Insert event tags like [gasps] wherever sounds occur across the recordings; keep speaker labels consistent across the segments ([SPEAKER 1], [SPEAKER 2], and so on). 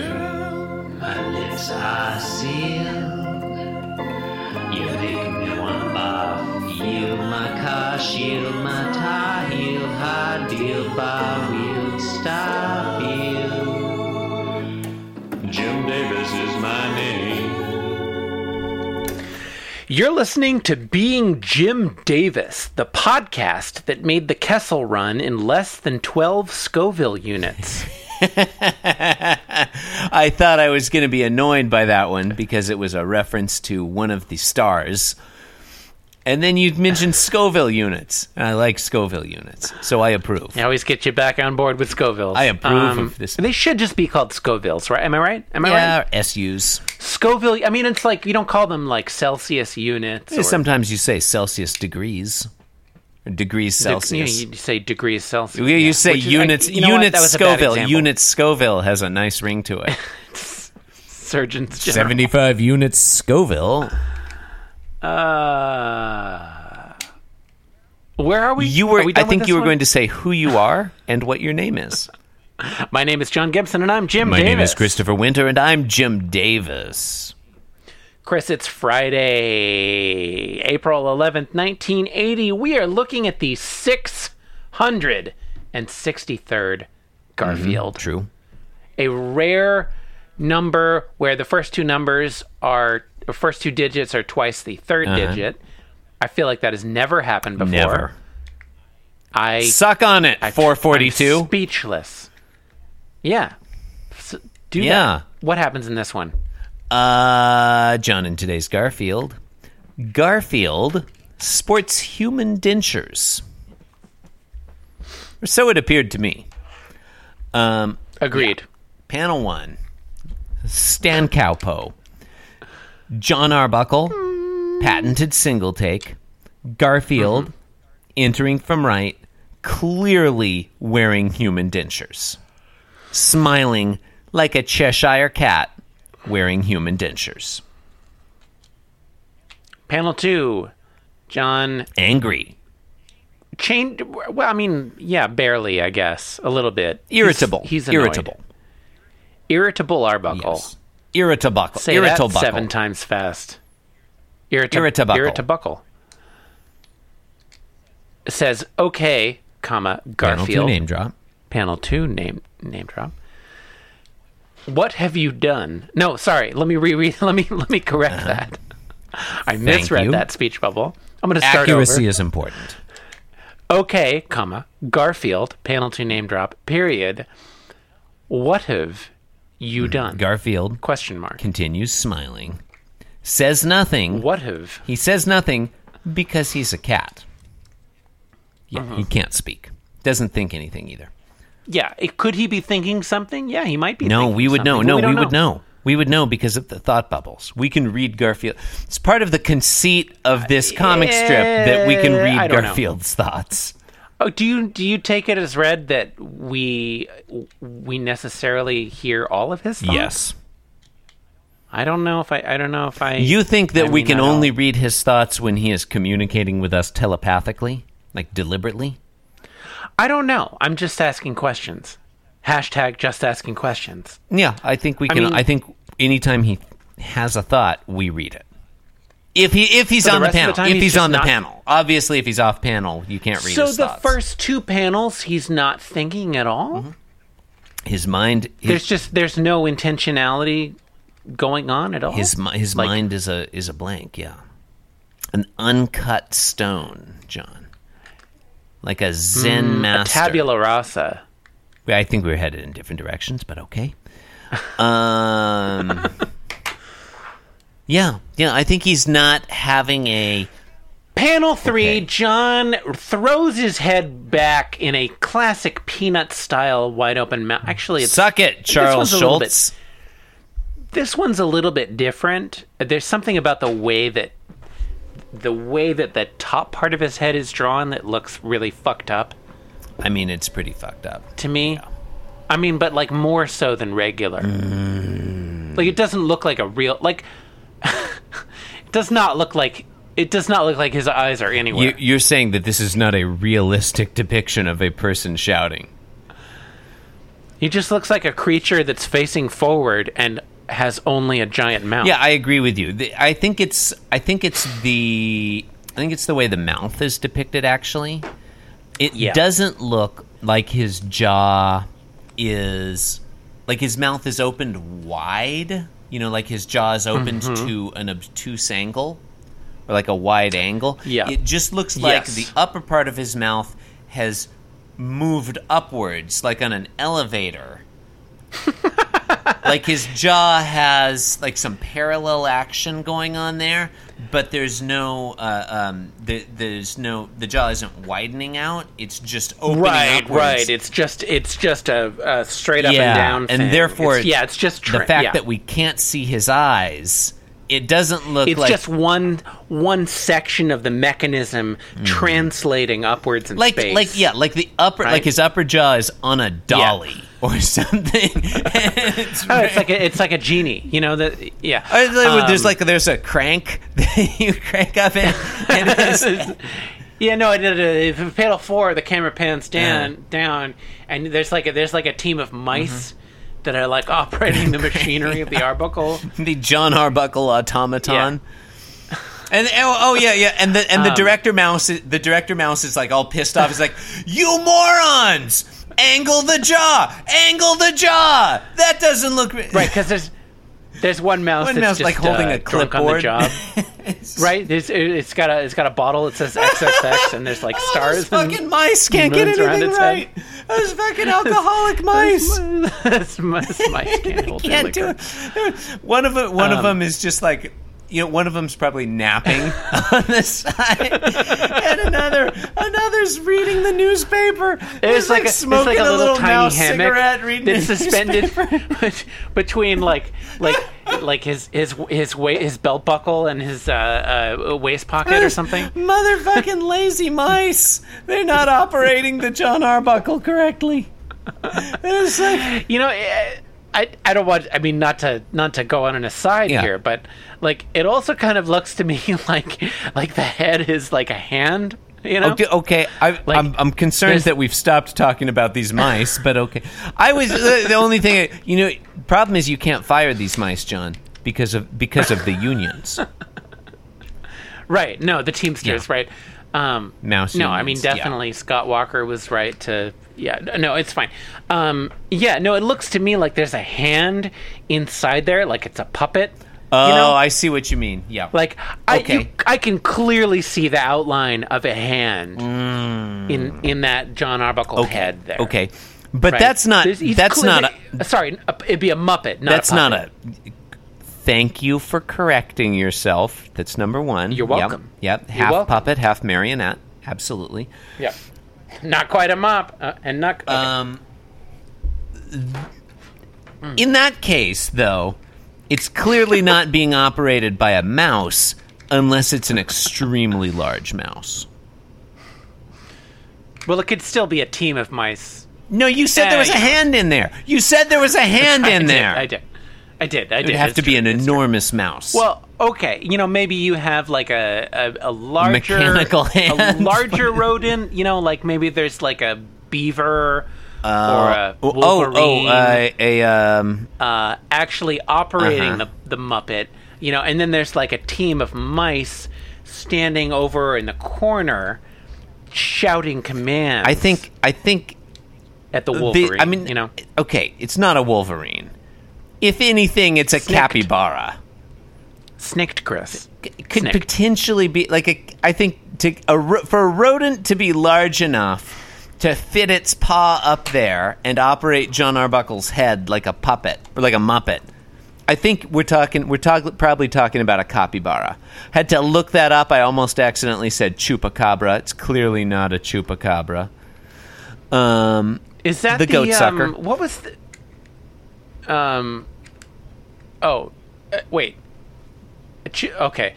[SPEAKER 1] Girl, my lips are sealed. You make me wanna barf. Yield my car, shield my tie, heel, high deal, bar wheel, stop you. Jim Davis is my name.
[SPEAKER 2] You're listening to Being Jim Davis, the podcast that made the Kessel run in less than 12 Scoville units.
[SPEAKER 3] [laughs] I thought I was going to be annoyed by that one because it was a reference to one of the stars. And then you mentioned Scoville units. And I like Scoville units, so I approve.
[SPEAKER 2] I always get you back on board with Scovilles.
[SPEAKER 3] I approve of this.
[SPEAKER 2] They should just be called Scovilles, right? Am I right? Am I
[SPEAKER 3] Yeah,
[SPEAKER 2] right?
[SPEAKER 3] or SUs.
[SPEAKER 2] Scoville. I mean, it's like you don't call them like Celsius units. or-
[SPEAKER 3] Sometimes you say Celsius degrees, or degrees
[SPEAKER 2] you know,
[SPEAKER 3] Celsius.
[SPEAKER 2] You, say degrees Celsius.
[SPEAKER 3] You, you say
[SPEAKER 2] Which is- I-
[SPEAKER 3] units.
[SPEAKER 2] you know what?
[SPEAKER 3] units
[SPEAKER 2] That was a bad
[SPEAKER 3] Scoville.
[SPEAKER 2] example.
[SPEAKER 3] Units Scoville has a nice ring to
[SPEAKER 2] [laughs]
[SPEAKER 3] it.
[SPEAKER 2] Surgeons. General.
[SPEAKER 3] Seventy-five units Scoville.
[SPEAKER 2] Uh, where are we?
[SPEAKER 3] You were.
[SPEAKER 2] Are we
[SPEAKER 3] I
[SPEAKER 2] done with
[SPEAKER 3] think
[SPEAKER 2] this
[SPEAKER 3] you were
[SPEAKER 2] one?
[SPEAKER 3] going to say who you are and what your name is.
[SPEAKER 2] My name is John Gibson, and I'm Jim.
[SPEAKER 3] My name is
[SPEAKER 2] Davis.
[SPEAKER 3] Christopher Winter, and I'm Jim Davis.
[SPEAKER 2] Chris, it's Friday, April 11th, 1980. We are looking at the 663rd Garfield.
[SPEAKER 3] True. Mm-hmm.
[SPEAKER 2] A rare number where the first two numbers are, or first two digits are twice the 3rd digit. I feel like that has never happened before.
[SPEAKER 3] Uh-huh. Never.
[SPEAKER 2] I
[SPEAKER 3] Suck on it. Four
[SPEAKER 2] I'm
[SPEAKER 3] forty-two.
[SPEAKER 2] speechless. Yeah. S- do
[SPEAKER 3] Yeah.
[SPEAKER 2] that. What happens in this one?
[SPEAKER 3] Uh, John and today's Garfield. Garfield sports human dentures. Or so it appeared to me.
[SPEAKER 2] Agreed.
[SPEAKER 3] Panel one. Stan Cowpo. John Arbuckle. Patented single take. Garfield
[SPEAKER 2] Mm-hmm.
[SPEAKER 3] entering from right, clearly wearing human dentures. Smiling like a Cheshire cat wearing human dentures.
[SPEAKER 2] Panel two. John
[SPEAKER 3] Angry.
[SPEAKER 2] Chain. Well, I mean, yeah, barely, I guess, a little bit.
[SPEAKER 3] Irritable.
[SPEAKER 2] He's, he's annoyed.
[SPEAKER 3] irritable.
[SPEAKER 2] Irritable Arbuckle.
[SPEAKER 3] Yes. Irritable.
[SPEAKER 2] Say
[SPEAKER 3] irritable.
[SPEAKER 2] that seven times fast. Irrit-
[SPEAKER 3] Irritabuckle.
[SPEAKER 2] Irritabuckle. Says okay, comma Garfield.
[SPEAKER 3] Panel two name drop.
[SPEAKER 2] panel two name name drop. What have you done? No, sorry. Let me reread. [laughs] Let me let me
[SPEAKER 3] [laughs]
[SPEAKER 2] correct that. I misread
[SPEAKER 3] you.
[SPEAKER 2] that speech bubble. I'm going to start
[SPEAKER 3] Accuracy
[SPEAKER 2] over.
[SPEAKER 3] is important.
[SPEAKER 2] Okay, comma Garfield panel two name drop period. What have
[SPEAKER 3] Hmm,
[SPEAKER 2] you done?
[SPEAKER 3] Garfield
[SPEAKER 2] Question mark.
[SPEAKER 3] continues smiling, says nothing.
[SPEAKER 2] What have
[SPEAKER 3] He says nothing because he's a cat. Yeah,
[SPEAKER 2] Uh-huh.
[SPEAKER 3] he can't speak. Doesn't think anything either.
[SPEAKER 2] yeah? It, could he be thinking something? Yeah, he might be.
[SPEAKER 3] No,
[SPEAKER 2] thinking
[SPEAKER 3] we would know.
[SPEAKER 2] something, but
[SPEAKER 3] No, we,
[SPEAKER 2] don't
[SPEAKER 3] would know. We would know because of the thought bubbles. We can read Garfield. It's part of the conceit of this comic strip that we can
[SPEAKER 2] eh, I
[SPEAKER 3] read
[SPEAKER 2] don't know.
[SPEAKER 3] Garfield's thoughts.
[SPEAKER 2] Oh, do you do you take it as read that we we necessarily hear all of his thoughts?
[SPEAKER 3] Yes.
[SPEAKER 2] I don't know if I. I don't know if I.
[SPEAKER 3] You think that
[SPEAKER 2] I
[SPEAKER 3] we
[SPEAKER 2] mean,
[SPEAKER 3] can
[SPEAKER 2] I don't-
[SPEAKER 3] only read his thoughts when he is communicating with us telepathically, like deliberately?
[SPEAKER 2] I don't know. I'm just asking questions. Hashtag just asking questions.
[SPEAKER 3] Yeah, I think we can. I,
[SPEAKER 2] mean-
[SPEAKER 3] think anytime he has a thought, we read it. If he if he's
[SPEAKER 2] the
[SPEAKER 3] on
[SPEAKER 2] rest
[SPEAKER 3] the,
[SPEAKER 2] of the
[SPEAKER 3] panel,
[SPEAKER 2] time,
[SPEAKER 3] if
[SPEAKER 2] he's
[SPEAKER 3] he's,
[SPEAKER 2] just
[SPEAKER 3] on the
[SPEAKER 2] not-
[SPEAKER 3] panel, obviously if he's off panel, you can't read.
[SPEAKER 2] so
[SPEAKER 3] his
[SPEAKER 2] the
[SPEAKER 3] thoughts.
[SPEAKER 2] first two panels, he's not thinking at all.
[SPEAKER 3] Mm-hmm. his mind,
[SPEAKER 2] There's
[SPEAKER 3] his
[SPEAKER 2] just there's no intentionality going on at all.
[SPEAKER 3] his, mi- his
[SPEAKER 2] like-
[SPEAKER 3] mind is a is a blank. Yeah, an uncut stone, John, like a Zen master.
[SPEAKER 2] Hmm, tabula rasa.
[SPEAKER 3] I think we're headed in different directions, but okay.
[SPEAKER 2] [laughs]
[SPEAKER 3] Um, yeah, yeah. I think he's not having a.
[SPEAKER 2] Panel three,
[SPEAKER 3] Okay.
[SPEAKER 2] John throws his head back in a classic peanut style wide open mouth. Actually, it's
[SPEAKER 3] Suck it,
[SPEAKER 2] one's
[SPEAKER 3] Charles
[SPEAKER 2] a little bit-
[SPEAKER 3] Schultz.
[SPEAKER 2] this one's a little bit different. There's something about the way that the way that the top part of his head is drawn that looks really fucked up
[SPEAKER 3] I mean, it's pretty fucked up.
[SPEAKER 2] to me. I mean, but like more so than regular. Like it doesn't look like a real like. [laughs] it does not look like it does not look like his eyes are anywhere.
[SPEAKER 3] You, you're saying that this is not a realistic depiction of a person shouting.
[SPEAKER 2] He just looks like a creature that's facing forward and has only a giant mouth.
[SPEAKER 3] Yeah, I agree with you. The, I think it's I think it's the I think it's the way the mouth is depicted actually. It
[SPEAKER 2] Yeah.
[SPEAKER 3] doesn't look like his jaw is like his mouth is opened wide, you know, like his jaw is opened
[SPEAKER 2] Mm-hmm.
[SPEAKER 3] to an obtuse angle or like a wide angle.
[SPEAKER 2] Yeah.
[SPEAKER 3] It just looks like
[SPEAKER 2] Yes.
[SPEAKER 3] the upper part of his mouth has moved upwards like on an elevator like his jaw has like some parallel action going on there, but there's no uh, um, the, there's no the jaw isn't widening out. It's just opening
[SPEAKER 2] Right,
[SPEAKER 3] upwards.
[SPEAKER 2] right. It's just it's just a, a straight up
[SPEAKER 3] Yeah,
[SPEAKER 2] and down,
[SPEAKER 3] and
[SPEAKER 2] thing.
[SPEAKER 3] therefore
[SPEAKER 2] It's-
[SPEAKER 3] it's-
[SPEAKER 2] yeah, it's just
[SPEAKER 3] the
[SPEAKER 2] tra-
[SPEAKER 3] fact
[SPEAKER 2] yeah.
[SPEAKER 3] that we can't see his eyes, it doesn't look
[SPEAKER 2] it's
[SPEAKER 3] like
[SPEAKER 2] just one one section of the mechanism translating upwards in
[SPEAKER 3] like
[SPEAKER 2] space.
[SPEAKER 3] like yeah like the upper like
[SPEAKER 2] Right?
[SPEAKER 3] his upper jaw is on a dolly or
[SPEAKER 2] [laughs]
[SPEAKER 3] [laughs] something. it's,
[SPEAKER 2] Oh, it's like a, it's like a genie, you know that yeah.
[SPEAKER 3] Or it's like when
[SPEAKER 2] Um,
[SPEAKER 3] there's like there's a crank [laughs] that you crank up in, and it's-
[SPEAKER 2] Um, [laughs] yeah, no, I did it. If panel four, the camera pans down, down, and there's like a, there's like a team of mice
[SPEAKER 3] Mm-hmm.
[SPEAKER 2] that are like operating
[SPEAKER 3] [laughs]
[SPEAKER 2] the machinery of the Arbuckle.
[SPEAKER 3] the John Arbuckle automaton. And oh, oh, yeah, yeah, and the and the director mouse, is- the director mouse is like all pissed off. He's like, "You morons! Angle the jaw, angle the jaw. That doesn't look ri-"
[SPEAKER 2] right? Because there's there's one mouse
[SPEAKER 3] One
[SPEAKER 2] that's
[SPEAKER 3] mouse
[SPEAKER 2] just,
[SPEAKER 3] like holding
[SPEAKER 2] uh,
[SPEAKER 3] a
[SPEAKER 2] drunk
[SPEAKER 3] clipboard.
[SPEAKER 2] on the
[SPEAKER 3] [laughs]
[SPEAKER 2] job,
[SPEAKER 3] It's-
[SPEAKER 2] right? There's, it, it's got a it's got a bottle that says XXX, and there's like
[SPEAKER 3] Oh,
[SPEAKER 2] stars.
[SPEAKER 3] those fucking mice can't get
[SPEAKER 2] moons around
[SPEAKER 3] anything
[SPEAKER 2] its
[SPEAKER 3] right.
[SPEAKER 2] head.
[SPEAKER 3] Those [laughs] fucking alcoholic mice.
[SPEAKER 2] and, [laughs] Those
[SPEAKER 3] [laughs]
[SPEAKER 2] mice can't hold their
[SPEAKER 3] can't
[SPEAKER 2] liquor.
[SPEAKER 3] do it. [laughs] One of them,
[SPEAKER 2] Um,
[SPEAKER 3] one of them is just like you know, one of them's probably napping [laughs] on the side, and another another's reading the newspaper. He's,
[SPEAKER 2] It's like, a, it's like
[SPEAKER 3] smoking
[SPEAKER 2] a, little, tiny
[SPEAKER 3] mouse
[SPEAKER 2] hammock
[SPEAKER 3] cigarette, reading
[SPEAKER 2] that's
[SPEAKER 3] the
[SPEAKER 2] suspended
[SPEAKER 3] newspaper.
[SPEAKER 2] [laughs] between like like like his his his wa- his belt buckle and his uh, uh, waist pocket or something.
[SPEAKER 3] [laughs] Motherfucking lazy mice! They're not operating the John Arbuckle correctly. It's like,
[SPEAKER 2] You know, eh, I I don't want. I mean, not to not to go on an aside
[SPEAKER 3] Yeah.
[SPEAKER 2] here, but like it also kind of looks to me [laughs] like like the head is like a hand. You know,
[SPEAKER 3] okay, okay. I,
[SPEAKER 2] Oh. Like,
[SPEAKER 3] I'm, I'm concerned
[SPEAKER 2] there's-
[SPEAKER 3] that we've stopped talking about these mice, but okay. I was the, the only thing you know. Problem is, you can't fire these mice, John, because of because of
[SPEAKER 2] [laughs]
[SPEAKER 3] the unions.
[SPEAKER 2] right? No, the Teamsters,
[SPEAKER 3] Yeah.
[SPEAKER 2] right? Um,
[SPEAKER 3] Mouse
[SPEAKER 2] No, I mean
[SPEAKER 3] unions, yeah.
[SPEAKER 2] definitely Scott Walker was right to. Yeah, no, it's fine. Um, yeah, no, it looks to me like there's a hand inside there, like it's a puppet.
[SPEAKER 3] Oh,
[SPEAKER 2] you know?
[SPEAKER 3] I see what you mean. Yeah,
[SPEAKER 2] Like I, you,
[SPEAKER 3] Okay.
[SPEAKER 2] I can clearly see the outline of a hand in in that John Arbuckle
[SPEAKER 3] Mm. okay.
[SPEAKER 2] head there.
[SPEAKER 3] Okay, but
[SPEAKER 2] Right.
[SPEAKER 3] that's not
[SPEAKER 2] There's- he's
[SPEAKER 3] that's
[SPEAKER 2] clear-
[SPEAKER 3] not a,
[SPEAKER 2] sorry, a- it'd be a Muppet. Not
[SPEAKER 3] that's
[SPEAKER 2] a
[SPEAKER 3] not
[SPEAKER 2] puppet.
[SPEAKER 3] a. Thank you for correcting yourself. That's number one.
[SPEAKER 2] You're
[SPEAKER 3] Yep,
[SPEAKER 2] welcome.
[SPEAKER 3] Yep,
[SPEAKER 2] You're
[SPEAKER 3] half
[SPEAKER 2] welcome.
[SPEAKER 3] puppet, half marionette. Absolutely.
[SPEAKER 2] Yeah. Not quite a mop, uh, and not. okay.
[SPEAKER 3] Um, in that case, though, it's clearly not being operated by a mouse unless it's an extremely large mouse.
[SPEAKER 2] well, it could still be a team of mice.
[SPEAKER 3] No, you said there was a
[SPEAKER 2] Hey.
[SPEAKER 3] hand in there. You said there was a hand
[SPEAKER 2] [laughs] I
[SPEAKER 3] in
[SPEAKER 2] did,
[SPEAKER 3] there.
[SPEAKER 2] I did. I did. I did.
[SPEAKER 3] It would have
[SPEAKER 2] It's
[SPEAKER 3] to be
[SPEAKER 2] true.
[SPEAKER 3] an
[SPEAKER 2] It's true.
[SPEAKER 3] enormous mouse.
[SPEAKER 2] Well, okay. You know, maybe you have like a a, a larger
[SPEAKER 3] Mechanical
[SPEAKER 2] [laughs] a
[SPEAKER 3] hand. [laughs]
[SPEAKER 2] larger rodent. You know, like maybe there's like a beaver or a
[SPEAKER 3] oh, oh,
[SPEAKER 2] wolverine.
[SPEAKER 3] uh, a um,
[SPEAKER 2] uh, actually operating
[SPEAKER 3] Uh-huh.
[SPEAKER 2] the, the Muppet, you know, and then there's like a team of mice standing over in the corner shouting commands
[SPEAKER 3] I think I think
[SPEAKER 2] at the
[SPEAKER 3] the-
[SPEAKER 2] Wolverine.
[SPEAKER 3] I mean,
[SPEAKER 2] you know,
[SPEAKER 3] okay, it's not a wolverine. If anything, it's a
[SPEAKER 2] Snicked.
[SPEAKER 3] capybara.
[SPEAKER 2] snicked Chris.
[SPEAKER 3] could
[SPEAKER 2] Snicked.
[SPEAKER 3] potentially be like a i think to a, ro- for a rodent to be large enough to fit its paw up there and operate john arbuckle's head like a puppet or like a muppet i think we're talking we're talk, probably talking about a capybara had to look that up i almost accidentally said chupacabra it's clearly not a chupacabra um
[SPEAKER 2] Is that
[SPEAKER 3] the
[SPEAKER 2] the,
[SPEAKER 3] goat sucker.
[SPEAKER 2] um, What was the? Um. Oh, uh, wait. A chi- Okay.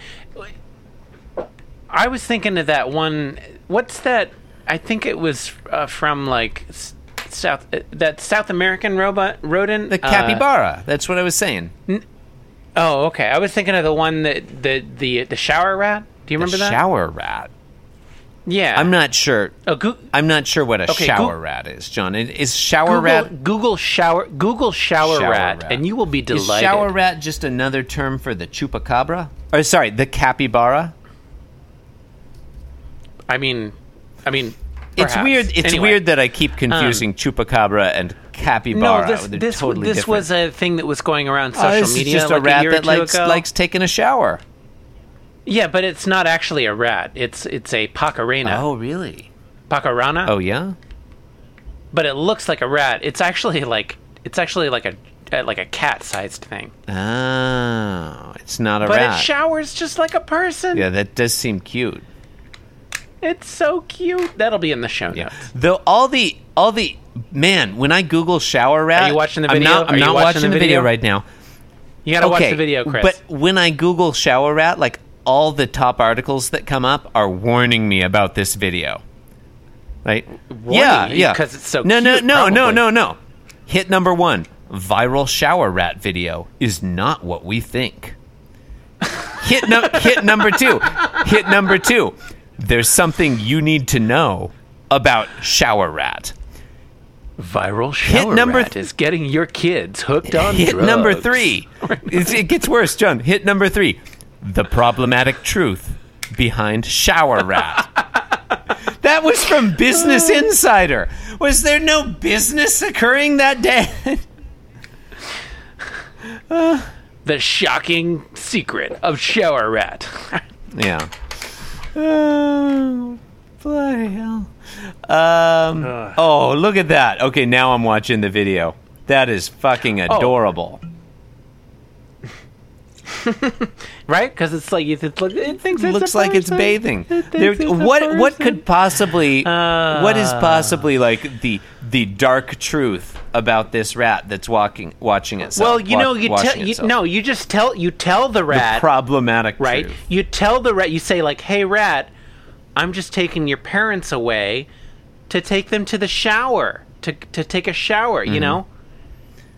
[SPEAKER 2] I was thinking of that one. What's that? I think it was uh, from like s- South uh, that South American robot rodent.
[SPEAKER 3] the
[SPEAKER 2] uh,
[SPEAKER 3] capybara that's what i was saying
[SPEAKER 2] oh, okay. I was thinking of the one that the the the shower rat. Do you remember
[SPEAKER 3] the
[SPEAKER 2] that?
[SPEAKER 3] shower rat
[SPEAKER 2] Yeah.
[SPEAKER 3] I'm not sure.
[SPEAKER 2] Oh, Goo-
[SPEAKER 3] I'm not sure what a
[SPEAKER 2] Okay,
[SPEAKER 3] shower
[SPEAKER 2] Goo-
[SPEAKER 3] rat is, John. Is- Is shower
[SPEAKER 2] Google,
[SPEAKER 3] rat
[SPEAKER 2] Google shower. Google shower,
[SPEAKER 3] Shower
[SPEAKER 2] rat,
[SPEAKER 3] rat.
[SPEAKER 2] and you will be
[SPEAKER 3] is
[SPEAKER 2] delighted.
[SPEAKER 3] shower rat just another term for the chupacabra? Or sorry, the capybara.
[SPEAKER 2] I mean, I mean,
[SPEAKER 3] It's
[SPEAKER 2] perhaps.
[SPEAKER 3] Um, weird. It's
[SPEAKER 2] Anyway.
[SPEAKER 3] weird that I keep confusing chupacabra and capybara.
[SPEAKER 2] No, this
[SPEAKER 3] They're
[SPEAKER 2] this,
[SPEAKER 3] totally
[SPEAKER 2] this
[SPEAKER 3] different.
[SPEAKER 2] was a thing that was going around social
[SPEAKER 3] Oh, this is
[SPEAKER 2] media
[SPEAKER 3] just
[SPEAKER 2] like
[SPEAKER 3] a rat
[SPEAKER 2] year or
[SPEAKER 3] that
[SPEAKER 2] two
[SPEAKER 3] likes
[SPEAKER 2] ago.
[SPEAKER 3] likes taking a shower.
[SPEAKER 2] Yeah, but it's not actually a rat. It's it's a pacarena.
[SPEAKER 3] Oh, really?
[SPEAKER 2] Pacarana.
[SPEAKER 3] Oh yeah.
[SPEAKER 2] But it looks like a rat. It's actually like it's actually like a uh, like a cat-sized thing.
[SPEAKER 3] Oh, it's not a
[SPEAKER 2] But
[SPEAKER 3] rat.
[SPEAKER 2] it showers just like a person.
[SPEAKER 3] yeah, that does seem cute.
[SPEAKER 2] It's so cute. That'll be in the show
[SPEAKER 3] Yeah.
[SPEAKER 2] notes.
[SPEAKER 3] Though all the all the man, when I Google shower rat,
[SPEAKER 2] Are you watching the
[SPEAKER 3] I'm
[SPEAKER 2] video?
[SPEAKER 3] not, I'm
[SPEAKER 2] Are you
[SPEAKER 3] not
[SPEAKER 2] watching
[SPEAKER 3] watching,
[SPEAKER 2] the
[SPEAKER 3] the video
[SPEAKER 2] video?
[SPEAKER 3] right now.
[SPEAKER 2] You gotta
[SPEAKER 3] okay,
[SPEAKER 2] watch the video, Chris.
[SPEAKER 3] But when I Google shower rat, like all the top articles that come up are warning me about this video. Right? yeah,
[SPEAKER 2] you
[SPEAKER 3] yeah.
[SPEAKER 2] 'cause it's so
[SPEAKER 3] no,
[SPEAKER 2] cute,
[SPEAKER 3] no, no,
[SPEAKER 2] probably.
[SPEAKER 3] no, no, no. Hit number one: viral shower rat video is not what we think. Hit no, [laughs] hit number two. Hit number two. There's something you need to know about shower rat.
[SPEAKER 2] Viral shower
[SPEAKER 3] number
[SPEAKER 2] rat
[SPEAKER 3] th-
[SPEAKER 2] is getting your kids hooked on
[SPEAKER 3] Hit
[SPEAKER 2] drugs.
[SPEAKER 3] number three. It's- it gets worse, John. Hit number three. The problematic truth behind shower [laughs] rat. that was from Business Insider. Was there no business occurring that [laughs] day?
[SPEAKER 2] The shocking secret of shower rat.
[SPEAKER 3] yeah. Oh, bloody hell. Um, oh, look at that. Okay, now I'm watching the video. That is fucking adorable.
[SPEAKER 2] [laughs] right? Because it's like it, it's like- it thinks it's
[SPEAKER 3] looks
[SPEAKER 2] a
[SPEAKER 3] like it's
[SPEAKER 2] person.
[SPEAKER 3] bathing.
[SPEAKER 2] It thinks
[SPEAKER 3] There-
[SPEAKER 2] it's a
[SPEAKER 3] what
[SPEAKER 2] person.
[SPEAKER 3] what
[SPEAKER 2] Ah.
[SPEAKER 3] could possibly what is possibly like the the dark truth about this rat that's walking watching itself?
[SPEAKER 2] Well, you
[SPEAKER 3] wa-
[SPEAKER 2] know, you tell
[SPEAKER 3] washing
[SPEAKER 2] you,
[SPEAKER 3] itself?
[SPEAKER 2] no, you just tell you tell the
[SPEAKER 3] the
[SPEAKER 2] rat
[SPEAKER 3] problematic
[SPEAKER 2] right?
[SPEAKER 3] truth.
[SPEAKER 2] You tell the rat you say like, "Hey rat, I'm just taking your parents away to take them to the shower to to take a shower,"
[SPEAKER 3] Mm-hmm.
[SPEAKER 2] you know?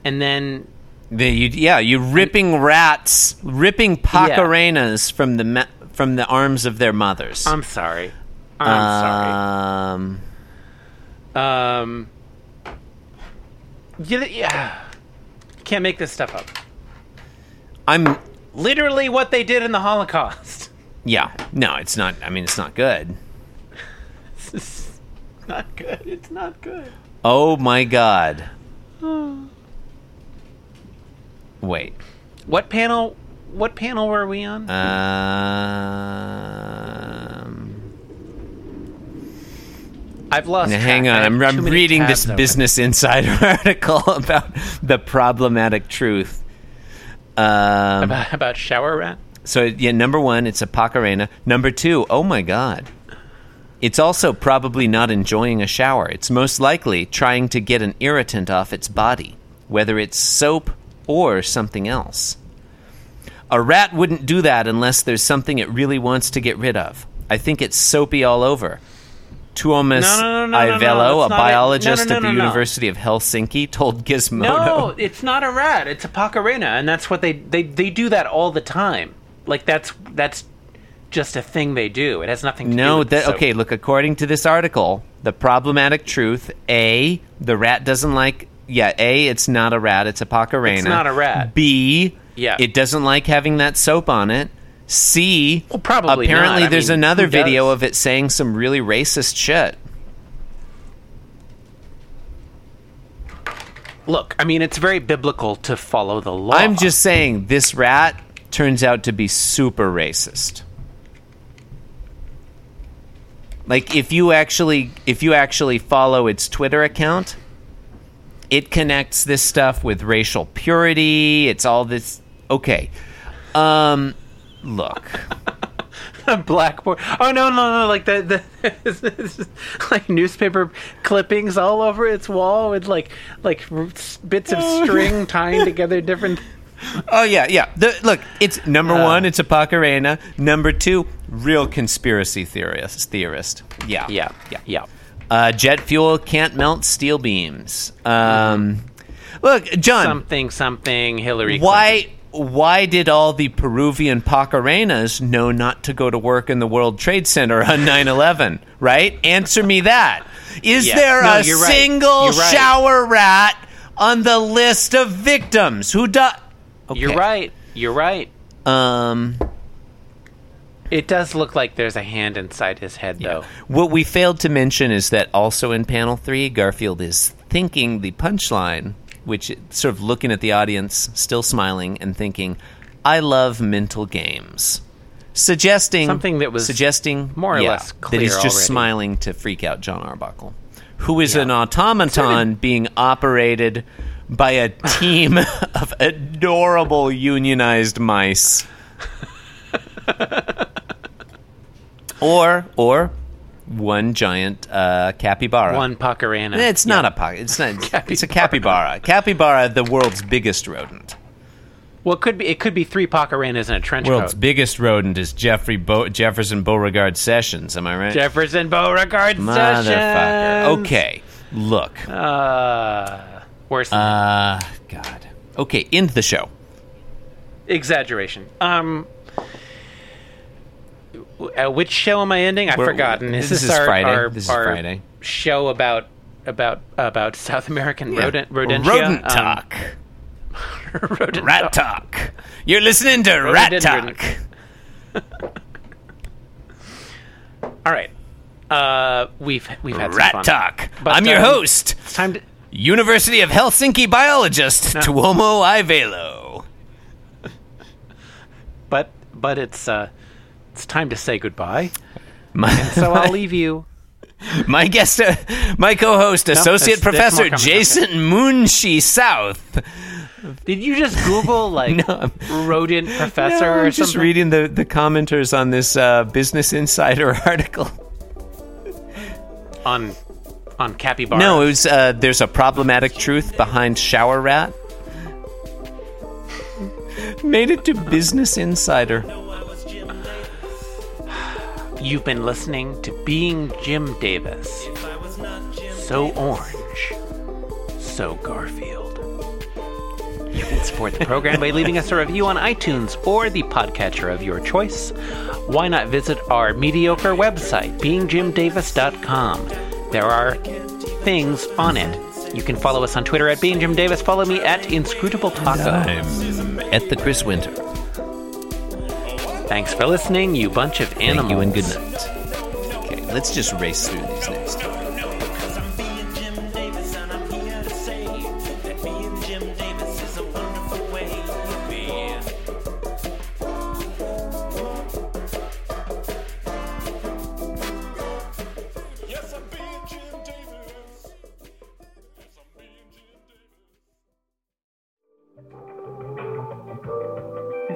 [SPEAKER 2] And then
[SPEAKER 3] The, you, yeah, you ripping rats, ripping pacarenas from the ma- from the arms of their mothers.
[SPEAKER 2] I'm sorry. I'm
[SPEAKER 3] Um,
[SPEAKER 2] sorry. Um you- yeah. Can't make this stuff up.
[SPEAKER 3] I'm
[SPEAKER 2] Literally what they did in the Holocaust. [laughs]
[SPEAKER 3] yeah. No, it's not. I mean, it's not good.
[SPEAKER 2] This is not good. It's not good.
[SPEAKER 3] Oh my
[SPEAKER 2] [gasps]
[SPEAKER 3] god. Wait.
[SPEAKER 2] What panel what panel were we on?
[SPEAKER 3] Uh, Um,
[SPEAKER 2] I've lost
[SPEAKER 3] now
[SPEAKER 2] track.
[SPEAKER 3] hang
[SPEAKER 2] I
[SPEAKER 3] on,
[SPEAKER 2] have
[SPEAKER 3] I'm,
[SPEAKER 2] too
[SPEAKER 3] I'm
[SPEAKER 2] many
[SPEAKER 3] reading this
[SPEAKER 2] tabs open.
[SPEAKER 3] Business Insider [laughs] article about the problematic truth. Um,
[SPEAKER 2] about, about shower rat.
[SPEAKER 3] so yeah, number one, it's a pacarena. Number two, oh my god, it's also probably not enjoying a shower. It's most likely trying to get an irritant off its body, whether it's soap or something else. A rat wouldn't do that unless there's something it really wants to get rid of. I think it's soapy all over. Tuomas
[SPEAKER 2] No, no, no, no, no, no,
[SPEAKER 3] Aivello,
[SPEAKER 2] that's not it. No,
[SPEAKER 3] a
[SPEAKER 2] no,
[SPEAKER 3] biologist
[SPEAKER 2] no,
[SPEAKER 3] at the
[SPEAKER 2] no, no.
[SPEAKER 3] University of Helsinki, told Gizmodo.
[SPEAKER 2] No, it's not a rat. It's a pacarena, and that's what they they they do that all the time. Like that's that's just a thing they do. It has nothing to do
[SPEAKER 3] No,
[SPEAKER 2] with
[SPEAKER 3] that
[SPEAKER 2] soap.
[SPEAKER 3] okay. Look, according to this article, the problematic truth: a, the rat doesn't like. Yeah, a, it's not a rat; it's a pacarena.
[SPEAKER 2] It's not a rat.
[SPEAKER 3] B,
[SPEAKER 2] Yeah.
[SPEAKER 3] it doesn't like having that soap on it. C,
[SPEAKER 2] Well, probably
[SPEAKER 3] Apparently,
[SPEAKER 2] not. I
[SPEAKER 3] there's
[SPEAKER 2] mean,
[SPEAKER 3] another
[SPEAKER 2] who does?
[SPEAKER 3] video of it saying some really racist shit.
[SPEAKER 2] Look, I mean, it's very biblical to follow the law.
[SPEAKER 3] I'm just saying, this rat turns out to be super racist. Like if you actually if you actually follow its Twitter account, it connects this stuff with racial purity. It's all this okay. Um look.
[SPEAKER 2] blackboard. Oh no, no, no! Like the the [laughs] it's just, like newspaper clippings all over its wall with like like r- s- bits [laughs] of string tying together different.
[SPEAKER 3] Oh yeah, yeah. The, look, it's number 1, it's a pacarena. Number 2, real conspiracy theorist theorist. Yeah.
[SPEAKER 2] [laughs] Yeah, yeah, yeah.
[SPEAKER 3] Uh, jet fuel can't melt steel beams. Um, look, John,
[SPEAKER 2] Something, something. Hillary.
[SPEAKER 3] why why did all the Peruvian Pacarenas know not to go to work in the World Trade Center on [laughs] 9 11? Right? Answer me that. Is
[SPEAKER 1] Yeah.
[SPEAKER 3] there
[SPEAKER 1] No,
[SPEAKER 3] a
[SPEAKER 1] you're right.
[SPEAKER 3] single
[SPEAKER 1] You're right.
[SPEAKER 3] shower rat on the list of victims who died?
[SPEAKER 2] You're right. You're right.
[SPEAKER 3] Um,
[SPEAKER 2] It does look like there's a hand inside his head, though.
[SPEAKER 3] what we failed to mention is that also in panel three, Garfield is thinking the punchline, which sort of looking at the audience, still smiling and thinking, "I love mental games," suggesting
[SPEAKER 2] Something that was
[SPEAKER 3] suggesting
[SPEAKER 2] more or
[SPEAKER 3] yeah,
[SPEAKER 2] less
[SPEAKER 3] that he's
[SPEAKER 2] clear
[SPEAKER 3] just
[SPEAKER 2] already.
[SPEAKER 3] smiling to freak out John Arbuckle, who is an
[SPEAKER 2] Yeah.
[SPEAKER 3] automaton being operated by
[SPEAKER 2] [laughs]
[SPEAKER 3] a team of adorable unionized mice. or or one giant uh, capybara.
[SPEAKER 2] One Pacarena.
[SPEAKER 3] It's not a pocket. It's not. It's a [laughs] capybara. Capybara, the world's biggest rodent.
[SPEAKER 2] Well, it could be. It could be three Pacarenas in a trench
[SPEAKER 3] World's
[SPEAKER 2] coat.
[SPEAKER 3] biggest rodent is Jeffrey Bo- Jefferson Beauregard Sessions. Am I right?
[SPEAKER 2] Jefferson Beauregard
[SPEAKER 3] Motherfucker.
[SPEAKER 2] Sessions. Oh.
[SPEAKER 3] Okay. Look.
[SPEAKER 2] Uh, worse. Than
[SPEAKER 3] Uh, God. Okay. End the show.
[SPEAKER 2] exaggeration. Um, w- uh, which show am I ending? I've
[SPEAKER 3] We're-
[SPEAKER 2] forgotten. Is
[SPEAKER 3] this
[SPEAKER 2] this,
[SPEAKER 3] is
[SPEAKER 2] our,
[SPEAKER 3] Friday.
[SPEAKER 2] Our,
[SPEAKER 3] This is
[SPEAKER 2] our
[SPEAKER 3] Friday.
[SPEAKER 2] show about about about South American rodent rodentia?
[SPEAKER 3] Rodent
[SPEAKER 2] Um, [laughs] oh.
[SPEAKER 3] talk.
[SPEAKER 2] rodent
[SPEAKER 3] Rat talk. You're listening to Rat
[SPEAKER 2] Rhododendron.
[SPEAKER 3] Talk.
[SPEAKER 2] [laughs] All right. Uh, we've we've had some
[SPEAKER 3] Rat
[SPEAKER 2] fun.
[SPEAKER 3] Talk.
[SPEAKER 2] But,
[SPEAKER 3] I'm your
[SPEAKER 2] um,
[SPEAKER 3] host,
[SPEAKER 2] It's time to.
[SPEAKER 3] University of Helsinki biologist Tuomo Ivelo.
[SPEAKER 2] But but it's uh, it's time to say
[SPEAKER 3] [laughs]
[SPEAKER 2] goodbye.
[SPEAKER 3] My, [laughs]
[SPEAKER 2] So
[SPEAKER 3] my,
[SPEAKER 2] I'll leave you.
[SPEAKER 3] my guest, uh, my co-host, associate
[SPEAKER 2] there's- there's
[SPEAKER 3] professor
[SPEAKER 2] more coming,
[SPEAKER 3] Jason Munshi South.
[SPEAKER 2] Did you just Google like
[SPEAKER 3] [laughs] No,
[SPEAKER 2] rodent professor
[SPEAKER 3] [laughs] No,
[SPEAKER 2] or
[SPEAKER 3] I'm just
[SPEAKER 2] something?
[SPEAKER 3] reading the, the commenters on this uh, Business Insider [laughs] article.
[SPEAKER 2] on on capybara.
[SPEAKER 3] No, it was uh, there's a problematic truth behind shower rat. Made it to Business Insider.
[SPEAKER 2] You've been listening to Being Jim Davis. So orange, so Garfield. You can support the program by leaving us a review on iTunes or the podcatcher of your choice. Why not visit our mediocre website, beingjimdavis.com? There are things on it. You can follow us on Twitter at Being Jim Davis. Follow me at Inscrutable Taco.
[SPEAKER 3] at the Chris Winter.
[SPEAKER 2] Thanks for listening, you bunch of animals.
[SPEAKER 3] Thank you and good night. Okay, let's just race through these next.
[SPEAKER 4] Cause I'm being Jim Davis and I'm here to say that being Jim Davis is a wonderful way to be. Yes, I'm being Jim Davis. Yes, I'm being Jim Davis.